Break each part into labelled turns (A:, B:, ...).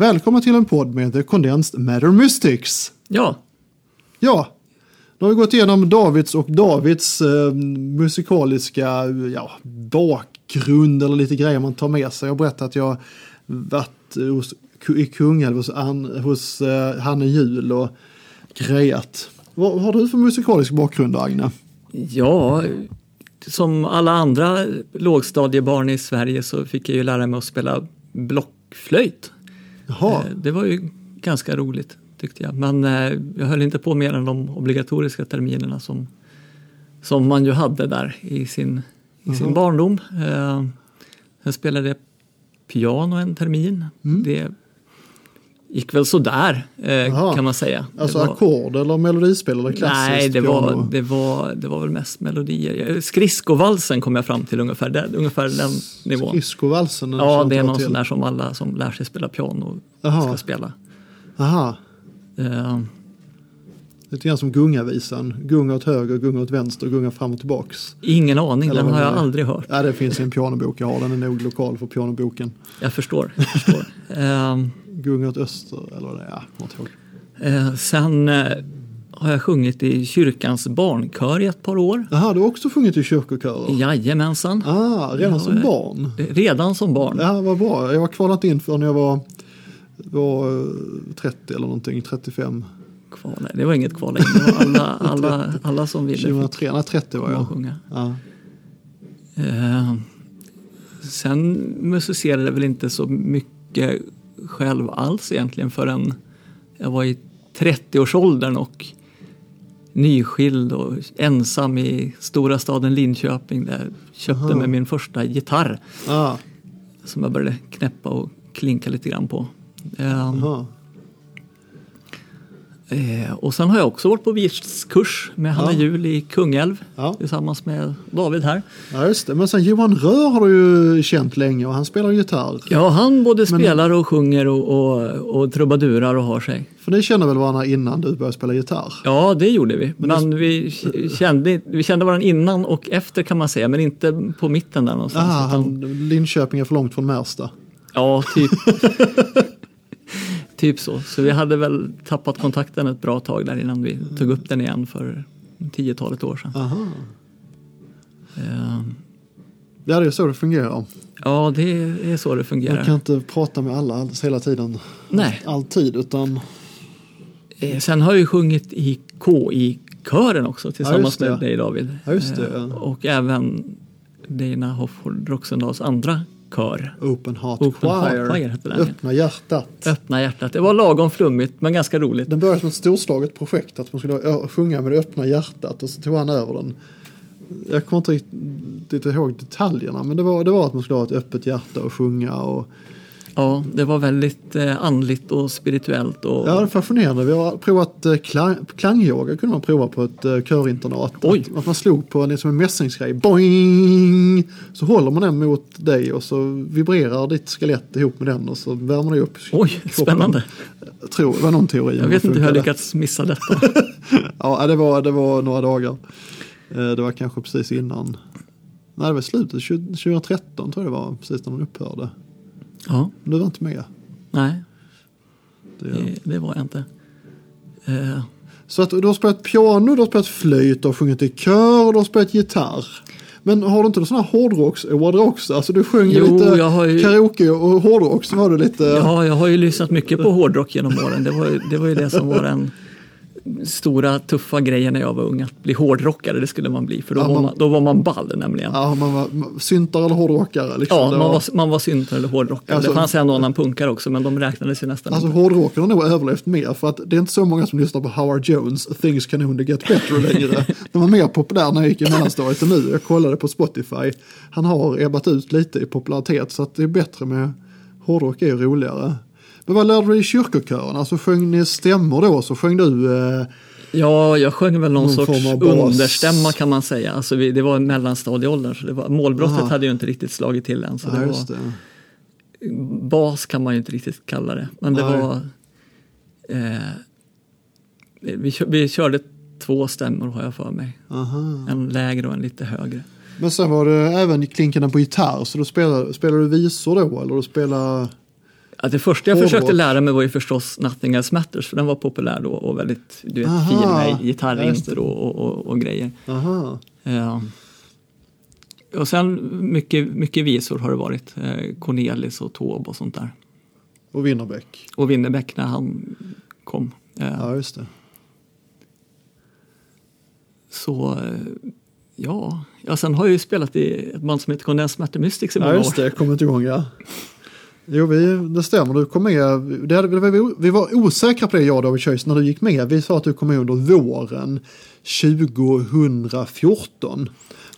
A: Välkomna till en podd med The Condensed Matter Mystics.
B: Ja,
A: Ja, då har vi gått igenom Davids och Davids eh, musikaliska ja, bakgrund eller lite grejer man tar med sig. Jag berättade att jag varit hos, i Kungälv hos, Ann- hos eh, Hanne Jul och grejat. Vad har du för musikalisk bakgrund Agne?
B: ja, som alla andra lågstadiebarn i Sverige så fick jag ju lära mig att spela blockflöjt.
A: Jaha,
B: Eh, Det var ju ganska roligt tyckte jag. Men eh, jag höll inte på mer än de obligatoriska terminerna som, som man ju hade där i sin, i
A: Mhm.
B: sin barndom. Eh, Sen spelade jag piano en termin.
A: Mm.
B: Det gick väl sådär eh,
A: Jaha.
B: kan man säga. Det
A: alltså
B: var-
A: ackord eller melodispel eller klassiskt
B: Nej, det
A: piano?
B: var, det, var, det var väl mest melodier. Jag- Skridskovalsen kom jag fram till ungefär, där, ungefär den nivån.
A: Skridskovalsen? eller
B: Ja,
A: sånt
B: det är
A: där
B: någon
A: till.
B: sån där som alla som lär sig spela piano
A: Jaha.
B: ska spela.
A: Aha.
B: Eh,
A: Lite grann som gungavisan. Gunga åt höger, gunga åt vänster, gunga fram och tillbaks.
B: ingen aning,
A: Eller
B: den
A: vad
B: har jag
A: det är.
B: aldrig hört.
A: Ja, det finns i en pianobok jag har. Den är nog lokal för pianoboken.
B: Jag förstår. Jag förstår. Eh,
A: Gunga åt öster eller vad det är. Ja, jag kommer inte ihåg.
B: eh, sen eh, har jag sjungit i kyrkans barnkör i ett par år.
A: Jaha, du har också sjungit i kyrkokörer?
B: Jajamensan.
A: Ah, redan
B: Ja,
A: som
B: eh.
A: barn?
B: Redan som barn.
A: Ja, vad bra. Jag var kvalat in för när jag var, var eh, 30 eller någonting, 35,
B: Kvala. Det var inget kvala in. Det var alla, alla, alla som ville fick
A: 2003, nej 30 var
B: komma och
A: jag.
B: sjunga.
A: Ja.
B: Eh, sen musicerade jag väl inte så mycket själv alls egentligen förrän jag var i 30-årsåldern och nyskild och ensam i stora staden Linköping där jag köpte mig min första gitarr
A: Ah,
B: som jag började knäppa och klinka lite grann på. Eh,
A: aha.
B: eh, och sen har jag också varit på vistkurs med Hanna
A: Ja.
B: Jul i Kungälv
A: Ja.
B: tillsammans med David här.
A: ja, just det. Men sen Johan Rör har du ju känt länge och han spelar gitarr.
B: Ja, han både spelar och sjunger och, och, och trubadurar och har sig.
A: För ni känner väl varandra innan du började spela gitarr?
B: Ja, det gjorde vi. Men, vi, k- kände, vi kände varandra innan och efter kan man säga, men inte på mitten där någonstans.
A: Ah,
B: utan-
A: han, Linköping är för långt från Märsta.
B: Ja, typ. typ så. Så vi hade väl tappat kontakten ett bra tag där innan vi tog upp den igen för tiotalet år sedan.
A: Aha.
B: Eh,
A: Ja, det är så det fungerar.
B: Ja, det är så det fungerar.
A: Jag kan inte prata med alla alls hela tiden.
B: Nej.
A: Alltid, utan...
B: Eh, Sen har jag ju sjungit i KI-kören också tillsammans
A: det, ja.
B: med dig David.
A: Ja, just det,
B: Eh,
A: ja.
B: Och även Dina Hofford Roxendahls andra kör.
A: Open Heart
B: Open
A: Choir.
B: Heart Choir heter den.
A: Öppna hjärtat.
B: Öppna hjärtat. Det var lagom flummigt men ganska roligt.
A: Den började som ett storslaget projekt, att man skulle ö- sjunga med det öppna hjärtat och så tog han över den. Jag kommer inte riktigt ihåg detaljerna, men det var, det var att man skulle ha ett öppet hjärta och sjunga. Och,
B: Ja, det var väldigt eh, andligt och spirituellt. Och...
A: ja, det är fascinerande. Vi har provat eh, klang, klangyoga, kunde man prova på ett eh, körinternat.
B: Oj.
A: Att, att man slog på en, liksom en mässingsgrej, boing! Så håller man den mot dig och så vibrerar ditt skelett ihop med den och så värmer det upp.
B: Oj, spännande.
A: Tror, det var någon teori. om
B: Jag
A: hur
B: vet
A: det
B: inte hur jag
A: funkade.
B: lyckats missa detta.
A: Ja, det var, det var några dagar. Eh, Det var kanske precis innan. Nej, det var slutet. 20- 2013 tror jag det var, precis när den upphörde.
B: Ja,
A: Men Du var inte med.
B: nej,
A: Det.
B: det, det var jag inte. Eh,
A: Så att du har spelat piano, du har spelat flöjt, du har sjungit i kör och du har spelat gitarr. Men har du inte sådana här hårdrocksår också? Alltså du sjöng ju
B: Jo,
A: lite
B: jag har ju-
A: karaoke och hårdrock, så var du lite...
B: Ja, jag har ju lyssnat mycket på hårdrock genom åren. Det var, ju- det var ju det som var den stora tuffa grejen när jag var ung, att bli hårdrockare, det skulle man bli. För då,
A: Ja,
B: var,
A: man-
B: man, då var man ball nämligen. Ja,
A: Ja, man var syntare eller hårdrockare liksom. Det
B: man, var, man var syntare eller hårdrockare.
A: Alltså-
B: det fanns en och annan punkare också, men de räknades ju nästan
A: Alltså
B: inte.
A: hårdrocken har nog överlevt mer för att det är inte så många som lyssnar på Howard Jones Things Can Only Get Better längre. Den var mer populär när jag gick i mellanstadiet än nu. Jag kollade på Spotify. Han har ebbat ut lite i popularitet så att det är bättre med hårdrock är ju roligare. Men vad lärde du dig i kyrkokören? Alltså sjöng ni stämmor då så sjöng du eh,
B: Ja, jag sjöng väl någon,
A: Någon
B: sorts
A: form av bas.
B: understämma kan man säga. Alltså, vi, det var en mellanstadieåldern, så det var, målbrottet
A: Aha.
B: hade ju inte riktigt slagit till än. Så
A: ja,
B: det var,
A: just det.
B: bas kan man ju inte riktigt kalla det. Men det
A: Nej.
B: var... Eh, vi, kö- vi körde två stämmor har jag för mig.
A: Aha.
B: En lägre och en lite högre.
A: Men sen var det även klinkande på gitarr så då spelade, spelade du visor då eller du spelade
B: Ja, det första jag
A: Hårdrock.
B: försökte lära mig var ju förstås Nothing Else Matters för den var populär då och väldigt du vet, fin
A: Aha,
B: med
A: just
B: gitarrinter och, och, och, och grejer.
A: Aha.
B: Eh, och sen mycket, mycket visor har det varit. Eh, Cornelis och Taube och sånt där.
A: Och Winnerbäck.
B: Och Winnerbäck när han kom. Eh,
A: Ja, just det.
B: Så eh, ja. ja, sen har jag ju spelat i ett band som heter Condensed Mystics i många
A: Ja, just
B: år.
A: det. Jag kommer inte igång, ja. Jo, vi, det stämmer. Du kom med. Det hade, det var, vi- vi var osäkra på det, jag och David Chase, när du gick med. Vi sa att du kom med under våren 2014.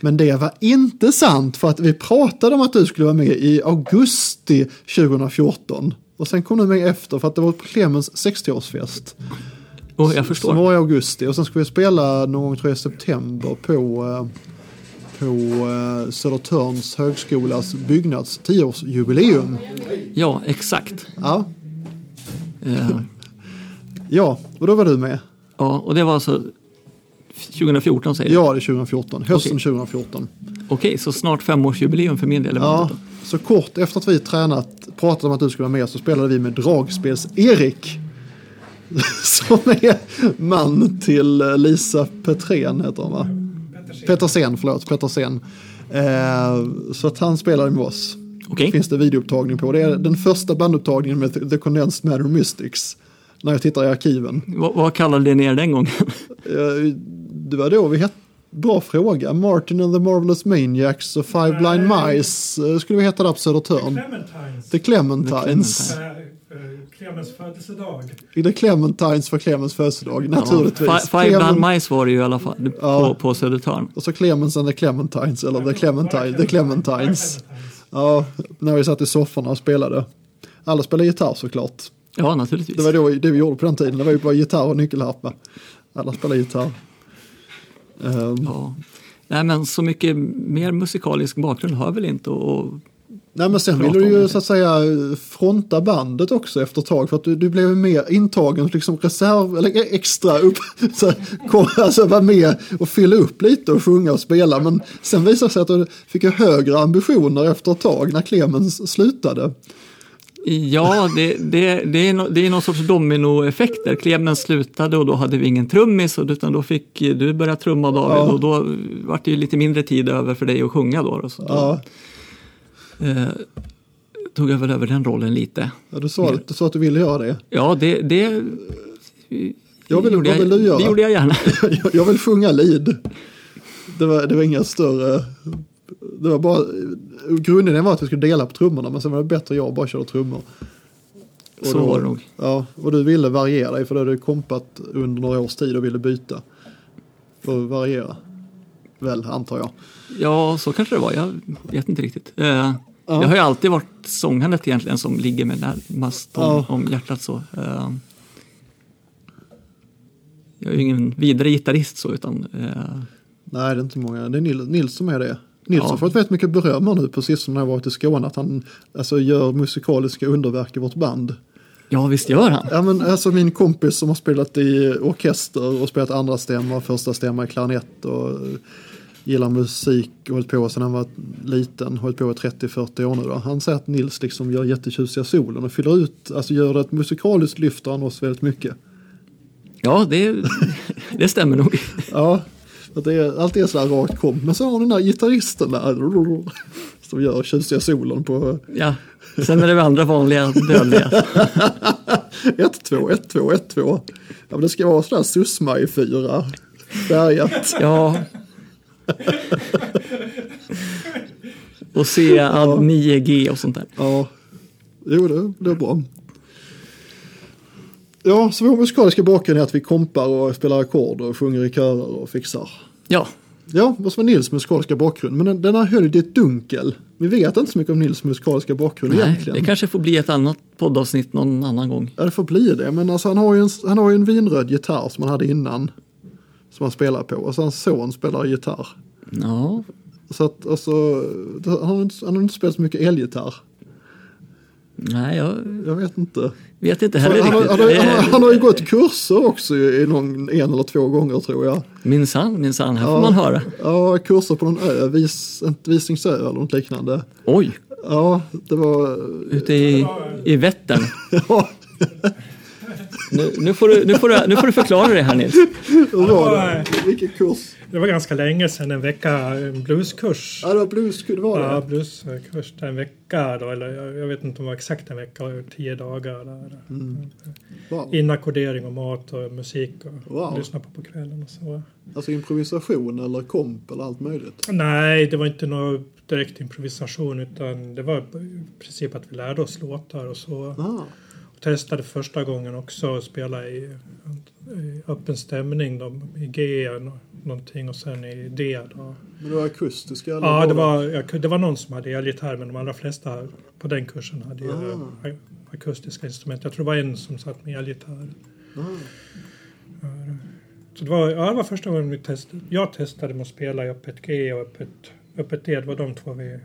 A: Men det var inte sant, för att vi pratade om att du skulle vara med i augusti 2014. Och sen kom du med efter, för att det var på Clemens 60-årsfest.
B: Och jag
A: Som
B: förstår.
A: var i augusti. Och sen skulle vi spela någon gång, tror jag, i september på, eh, på eh, Södertörns högskolas byggnads 10-årsjubileum.
B: Ja, exakt.
A: Ja.
B: Eh,
A: ja, och då var du med.
B: ja, och det var alltså 2014 säger du?
A: Ja, det är 2014. Hösten
B: Okej.
A: 2014.
B: Okej, så snart femårsjubileum för min del. i
A: Ja,
B: bandet då.
A: så kort efter att vi tränat, pratat om att du skulle vara med så spelade vi med Dragspels-Erik. Som är man till eh, Lisa Petrén heter hon va? Petersen, förlåt. Petersen. Eh, så att han spelade med oss.
B: Okej.
A: Finns det videoupptagning på. Det är den första bandupptagningen med The Condensed Matter Mystics. När jag tittar i arkiven.
B: Vad, vad kallade ni er den gången?
A: Eh, Det var då vi hette, bra fråga, Martin and the Marvelous Maniacs och Five Blind Mice eh, skulle vi heta där på Södertörn.
C: Clementines.
A: The Clementines.
C: Eh, eh, Clemens födelsedag.
A: The Clementines för Clemens födelsedag, naturligtvis.
B: Fi- Five
A: Clemen-
B: Blind Mice var det ju i alla fall på, på Södertörn.
A: Och så Clemens and the Clementines, eller The, Clementine, the Clementines. Ja, när vi satt i sofforna och spelade. Alla spelade gitarr såklart.
B: Ja, naturligtvis.
A: Det var då, det vi gjorde på den tiden, det var ju bara gitarr och nyckelharpa. Alla spelade gitarr. Ehm,
B: Ja. Nej, men så mycket mer musikalisk bakgrund har jag väl inte. Och, och,
A: Nej men sen
B: Prata
A: ville du
B: om
A: ju
B: det.
A: så att säga fronta bandet också efter ett tag för att du, du blev mer intagen liksom reserv eller extra upp. Så här, kom, alltså var med och fylla upp lite och sjunga och spela men sen visade det sig att du fick ju högre ambitioner efter ett tag när Clemens slutade.
B: ja, det, det, det, är no, det är någon sorts dominoeffekter. Clemens slutade och då hade vi ingen trummis och- utan då fick du börja trumma David
A: Ja.
B: och då var det ju lite mindre tid över för dig att sjunga då. Och så, då
A: Ja,
B: eh, tog jag väl över den rollen lite.
A: ja, du, sa, du sa att du ville göra det.
B: Ja, det, det,
A: Jag vill,
B: gjorde
A: vad vill
B: jag,
A: du göra?
B: det gjorde jag gärna.
A: Jag- Jag vill sjunga lead. Det var, det var inga större... Det var bara... Grundidén var att vi skulle dela på trummorna men sen var det bättre att jag bara körde trummor. Och
B: Så
A: då-
B: var det nog.
A: Ja, och du ville variera dig för det hade du kompat under några års tid och ville byta. För att variera. Väl, antar jag.
B: Ja, så kanske det var. Jag vet inte riktigt. Eh, Jag har ju alltid varit sångandet egentligen som ligger mig närmast om,
A: Ja.
B: om hjärtat. så. Eh, jag är ju ingen vidare gitarrist så, utan eh,
A: Nej, det är inte många. Det är Nils, Nils som är det. Nils har
B: Ja.
A: fått väldigt mycket beröm här nu på sistone när jag varit i Skåne. Att han alltså, gör musikaliska underverk i vårt band.
B: ja visst gör han.
A: Ja, men alltså min kompis som har spelat i orkester och spelat andra stämma, första stämma i klarinett och eh, gillar musik och hållit på sedan han var liten, hållit på i 30-40 år nu då. Han säger att Nils liksom gör jättetjusiga solen och fyller ut, alltså gör det ett musikaliskt lyfter han oss väldigt mycket.
B: Ja, det, det stämmer nog.
A: Ja, att det är, allt är sådär rakt kom. Men så har den där gitarristen där som gör tjusiga solen på
B: Ja. Sen är det väl andra vanliga dödliga.
A: 1-2, 1-2, 1-2. Ja, men det ska vara sådär susma i fyra färgat.
B: Ja. Och se ad 9G och sånt där.
A: Ja, jo det, det är bra. Ja, så vår musikaliska bakgrund är att vi kompar och spelar ackord och sjunger i körer och fixar.
B: Ja,
A: Ja, vad som är Nils musikaliska bakgrund, men den, den här höll i ett dunkel. Vi vet inte så mycket om Nils musikaliska bakgrund
B: nej,
A: egentligen.
B: det kanske får bli ett annat poddavsnitt någon annan gång.
A: Ja, det får bli det, men alltså, han, har ju en, han har ju en vinröd gitarr som han hade innan. Som han spelar på, och så hans son spelar gitarr.
B: Ja,
A: Så att, alltså, det- han har, inte, han har inte spelat så mycket elgitarr.
B: nej jag
A: Jag vet inte.
B: vet inte
A: Han,
B: heller
A: han, har-
B: riktigt. Eh,
A: han, har- han, har- han har ju gått kurser också i i någon, en eller två gånger tror jag.
B: Minsann, minsann, här får man höra.
A: Ja, kurser på någon ö, vis, en- Visingsö eller något liknande.
B: Oj,
A: Ja, det var...
B: Ute i, i Vättern.
A: Ja,
B: Nu, nu, får du, nu, får du, nu får du förklara det här Nils.
A: det var det. Vilken kurs.
C: Det var ganska länge sedan, en vecka, en blueskurs.
A: Ja, det var blueskul var det.
C: Ja, blueskurs. En vecka då, eller jag- jag vet inte om det var exakt en vecka, tio dagar. Där.
A: Mm. Wow.
C: Inackordering och mat och musik och
A: Wow.
C: lyssna på på kvällen och så.
A: Alltså improvisation eller komp eller allt möjligt.
C: Nej, det var inte någon direkt improvisation utan det var i princip att vi lärde oss låtar och så.
A: Aha.
C: testade första gången också att spela i, i öppen stämning då, i G nå- någonting och sen i D. Då.
A: Men det var akustiska? eller
C: Ja, det
A: det-
C: var, jag, kunde- det var någon som hade elgitarr men de allra flesta på den kursen hade ju
A: Ah.
C: eh, akustiska instrument. Jag tror det var en som satt med elgitarr.
A: Ah,
C: Så det var, ja, det var första gången vi testade. jag testade med att spela i öppet G och öppet, öppet D. Det var de två vi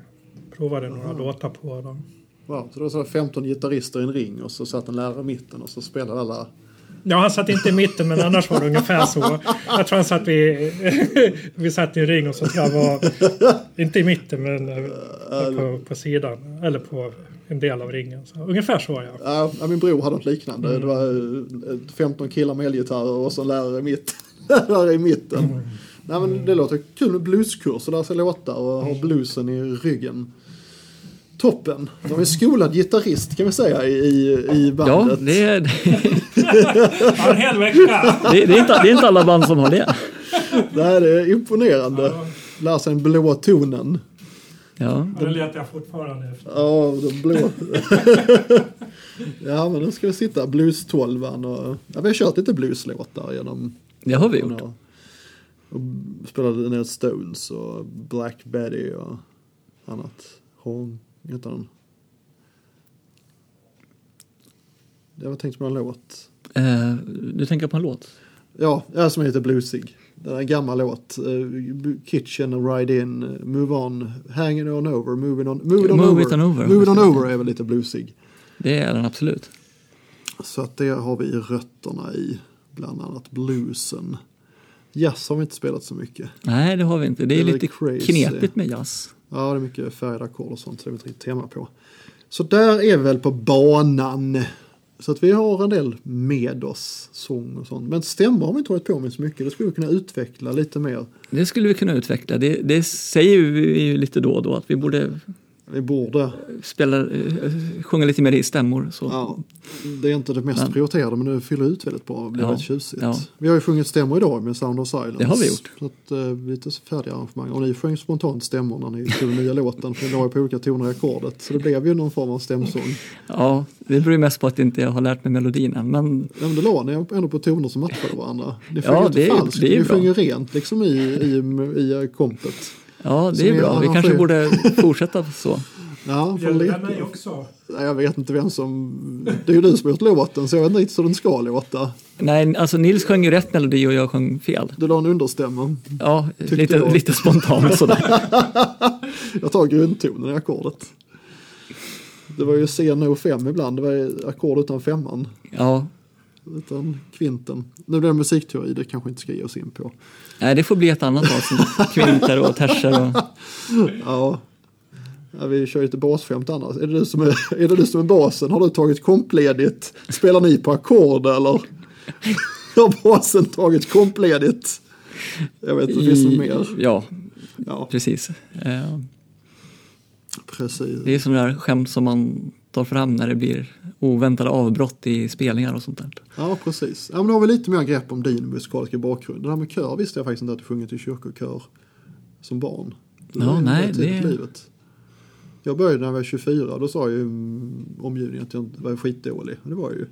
C: provade några låtar på. Då.
A: Wow. Så det var så här 15 gitarrister i en ring och så satt en lärare i mitten och så spelade alla...
C: Ja, han satt inte i mitten, men annars var det ungefär så. Jag tror han satt vid, vi satt i en ring och så tror jag var, inte i mitten, men eh, på, på sidan. Eller på en del av ringen. Så, ungefär så ja.
A: Ja, ja, min bror hade något liknande. Det var eh, 15 killar med elgitarrer och så en lärare i mitten. lärare i mitten. Nej, men det låter kul med blueskurs och lära sig låtar och ha bluesen i ryggen. Toppen! De är en skolad gitarrist kan vi säga i, i- i
B: Ja,
A: bandet.
B: det är,
C: Ja, en hel vecka!
B: det, är- det, är inte, det är inte alla band som har det.
A: Det här är imponerande. Lära sig den blåa tonen.
B: Ja.
C: Den letar jag fortfarande efter.
A: Ja, den blå. ja, men nu ska vi sitta blues-tolvan och... Ja, vi har kört lite blueslåtar genom...
B: Det har vi gjort.
A: Ja. Och spelade ner Stones och Black Betty och annat. Hon, heter den. Jag var tänkt på en låt.
B: Eh, du tänker på en låt?
A: Ja, ja, som heter Bluesig. Den här gamla låt. eh, Kitchen, Ride In, eh, Move On, Hanging On Over, Moving On, moving on,
B: Move
A: over.
B: It On Over.
A: Move It On Over är väl lite bluesig.
B: Det är den absolut.
A: Så att det har vi rötterna i, bland annat bluesen. Jazz har vi inte spelat så mycket.
B: Nej, det har vi inte. Det är
A: Det är
B: lite
A: crazy.
B: knepigt med jazz.
A: Ja, det är mycket färgade ackord och sånt, så det är ett riktigt tema på. Så där är vi väl på banan. Så att vi har en del med oss, sång och sånt. Men stämmer har vi inte hållit på med så mycket, det skulle vi kunna utveckla lite mer.
B: Det skulle vi kunna utveckla. Det, det säger vi ju lite då och då att vi borde
A: Vi borde,
B: spela, eh, sjunga lite mer i stämmor. Så.
A: ja, det är inte det mest
B: Men-
A: prioriterade men det fyller ut väldigt bra och blir
B: Ja,
A: väldigt tjusigt.
B: ja.
A: Vi har ju sjungit stämmor idag med Sound of Silence.
B: Det har vi gjort.
A: Så att, eh, lite färdiga arrangemang. Och ni sjöng spontant stämmor när ni tog den nya låten, för ni la ju på olika toner i ackordet. Så det blev ju någon form av stämsång.
B: Ja, det beror ju mest på att inte jag har lärt mig melodierna. Men
A: Ja, men då la ni ändå på toner som matchade varandra. Ni sjöng
B: Ja,
A: inte
B: det är-
A: falskt,
B: det är
A: ni
B: bra.
A: sjöng ju rent liksom i, i, i kompet.
B: ja,
A: Så
B: det
A: vi
B: är bra. Vi
A: arrangerar-
B: kanske borde fortsätta så.
A: Ja, för
C: Gäller det
A: lite.
C: mig också?
A: Nej, Jag vet inte vem som... Det är ju du som har gjort låten, så jag vet inte riktigt hur den ska låta.
B: Nej, alltså Nils sjöng ju rätt melodi och jag sjöng fel.
A: Du la en understämma.
B: Ja,
A: du då?
B: lite, lite spontant sådär.
A: Jag tar grundtonen i ackordet. Det var ju C05 ibland, det var ju ackord utan femman.
B: Ja,
A: Utan kvinten. Nu blir det musikteori, det kanske inte ska ge oss in på.
B: nej, det får bli ett annat avsnitt. Kvinter och terser och...
A: Ja. ja vi kör ju lite basskämt annars. Är det, du som är, är det du som är basen? Har du tagit kompledigt? Spelar ni på ackord eller? Har basen tagit kompledigt? Jag vet inte, finns det mer?
B: Ja,
A: Ja,
B: precis. Eh,
A: precis.
B: Det är sådana där skämt som man tar fram när det blir oväntade avbrott i spelningar och sånt där.
A: Ja, precis. Ja, men då har vi lite mer grepp om din musikaliska bakgrund. Det här med kör visste jag faktiskt inte att du sjungit i kyrkokör som barn. Det
B: Ja,
A: var ju
B: nej,
A: väldigt tidigt i
B: det-
A: Livet. Jag började när jag var 24 och då sa ju mm, omgivningen att jag inte var skitdålig. Och det var jag ju.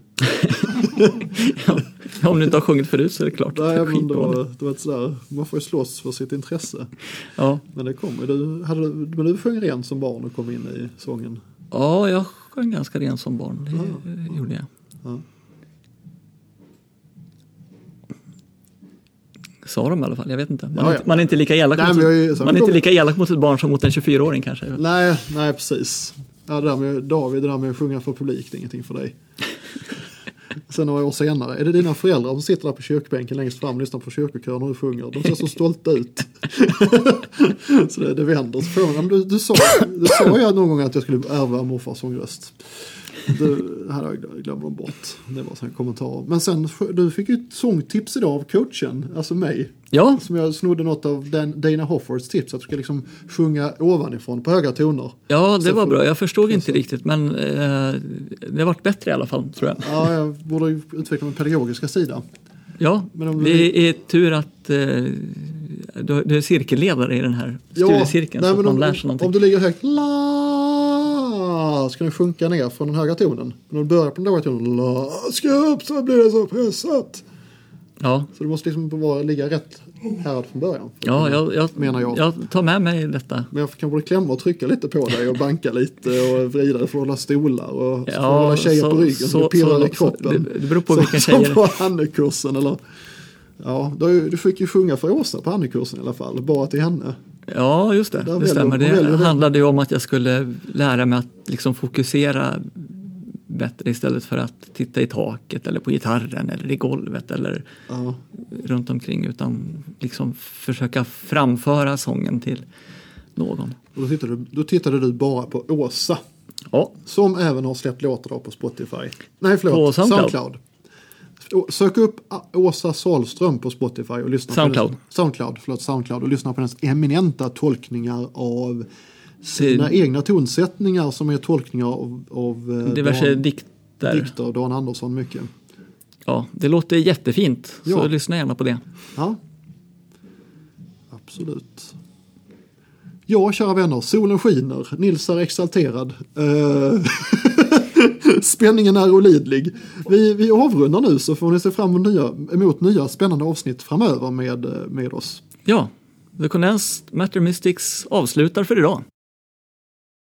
B: Om du inte har sjungit förut så är det klart. att det
A: Nej,
B: är
A: men det
B: skitdåligt.
A: var, det var ett sådär, man får ju slåss för sitt intresse.
B: Ja.
A: Men det kommer. Du, hade, du- men du sjöng rent som barn och kom in i sången.
B: ja, jag sjöng ganska ren som barn. Det eh, gjorde jag.
A: Ja.
B: Sa de i alla fall, jag vet inte. Man,
A: Ja,
B: är,
A: ja.
B: inte, man är inte lika elak,
A: Nej,
B: mot,
A: men jag är ju-
B: ett- man är inte lika elak mot ett barn som mot en 24-åring kanske.
A: Nej, nej precis. Ja, det där med David, det där med att sjunga för publik, det är ingenting för dig. Sen några år senare, är det dina föräldrar som sitter där på kyrkbänken längst fram och lyssnar på kyrkokören och du sjunger? De ser så stolta ut. så det, det vänder. Så frågar de, du, du, sa, du sa ju någon gång att jag skulle ärva morfars sångröst. Det här har jag glömt bort. Det var en kommentar. Men sen, du fick ju ett sångtips idag av coachen, alltså mig.
B: Ja,
A: Som jag snodde något av Dan- Dana Hoffords tips, att du ska liksom sjunga ovanifrån på höga toner.
B: ja det
A: Så
B: var
A: får-
B: bra. Jag förstod inte riktigt men eh, det har varit bättre i alla fall tror jag.
A: Ja, jag borde ju utveckla min pedagogiska sida.
B: Ja,
A: Men om du-
B: det är tur att eh, du, du är cirkelledare i den här studiecirkeln
A: nej,
B: så att
A: men
B: man
A: om,
B: lär sig
A: Om
B: någonting.
A: du ligger högt, la, ska den sjunka ner från den höga tonen. Men om du börjar på den låga tonen, la, ska jag upp så blir det så pressat.
B: Ja,
A: Så du måste liksom vara, ligga rätt härad från början.
B: ja jag, jag,
A: Menar jag.
B: tar med mig detta.
A: Men jag kan både klämma och trycka lite på dig och banka lite och vrida dig för att hålla stolar och så får du hålla tjejer på ryggen så, du pirrar i kroppen.
B: det, det beror på
A: Så-
B: vilken
A: som
B: tjej det är.
A: på Hannekursen eller? Ja, du, du fick ju sjunga för Åsa på Hannekursen i alla fall, bara till henne.
B: Ja, just det.
A: Där
B: det
A: väljer-
B: stämmer.
A: där
B: Det
A: väljer du.
B: handlade ju om att jag skulle lära mig att liksom fokusera bättre istället för att titta i taket eller på gitarren eller i golvet eller
A: Ja,
B: runt omkring utan liksom försöka framföra sången till någon.
A: och då, tittade du, då tittade du bara på Åsa,
B: Ja,
A: som även har släppt låtar då på Spotify. Nej, förlåt,
B: På Soundcloud.
A: Å- Sök upp A- Åsa Sahlström på Spotify och lyssna
B: Soundcloud.
A: på hennes, Soundcloud, förlåt, Soundcloud och lyssna på hennes eminenta tolkningar av sina egna tonsättningar som är tolkningar av, av eh,
B: diverse
A: Dan,
B: dikter.
A: dikter av Dan Andersson mycket.
B: Ja, det låter jättefint,
A: Ja.
B: så lyssna gärna på det.
A: Ja. Absolut. Ja, kära vänner, solen skiner, Nils är exalterad. Eh, Spänningen är olidlig. Vi, vi avrundar nu så får ni se fram emot nya, emot nya spännande avsnitt framöver med, med oss.
B: Ja, The Condensed Matter Mystics avslutar för idag.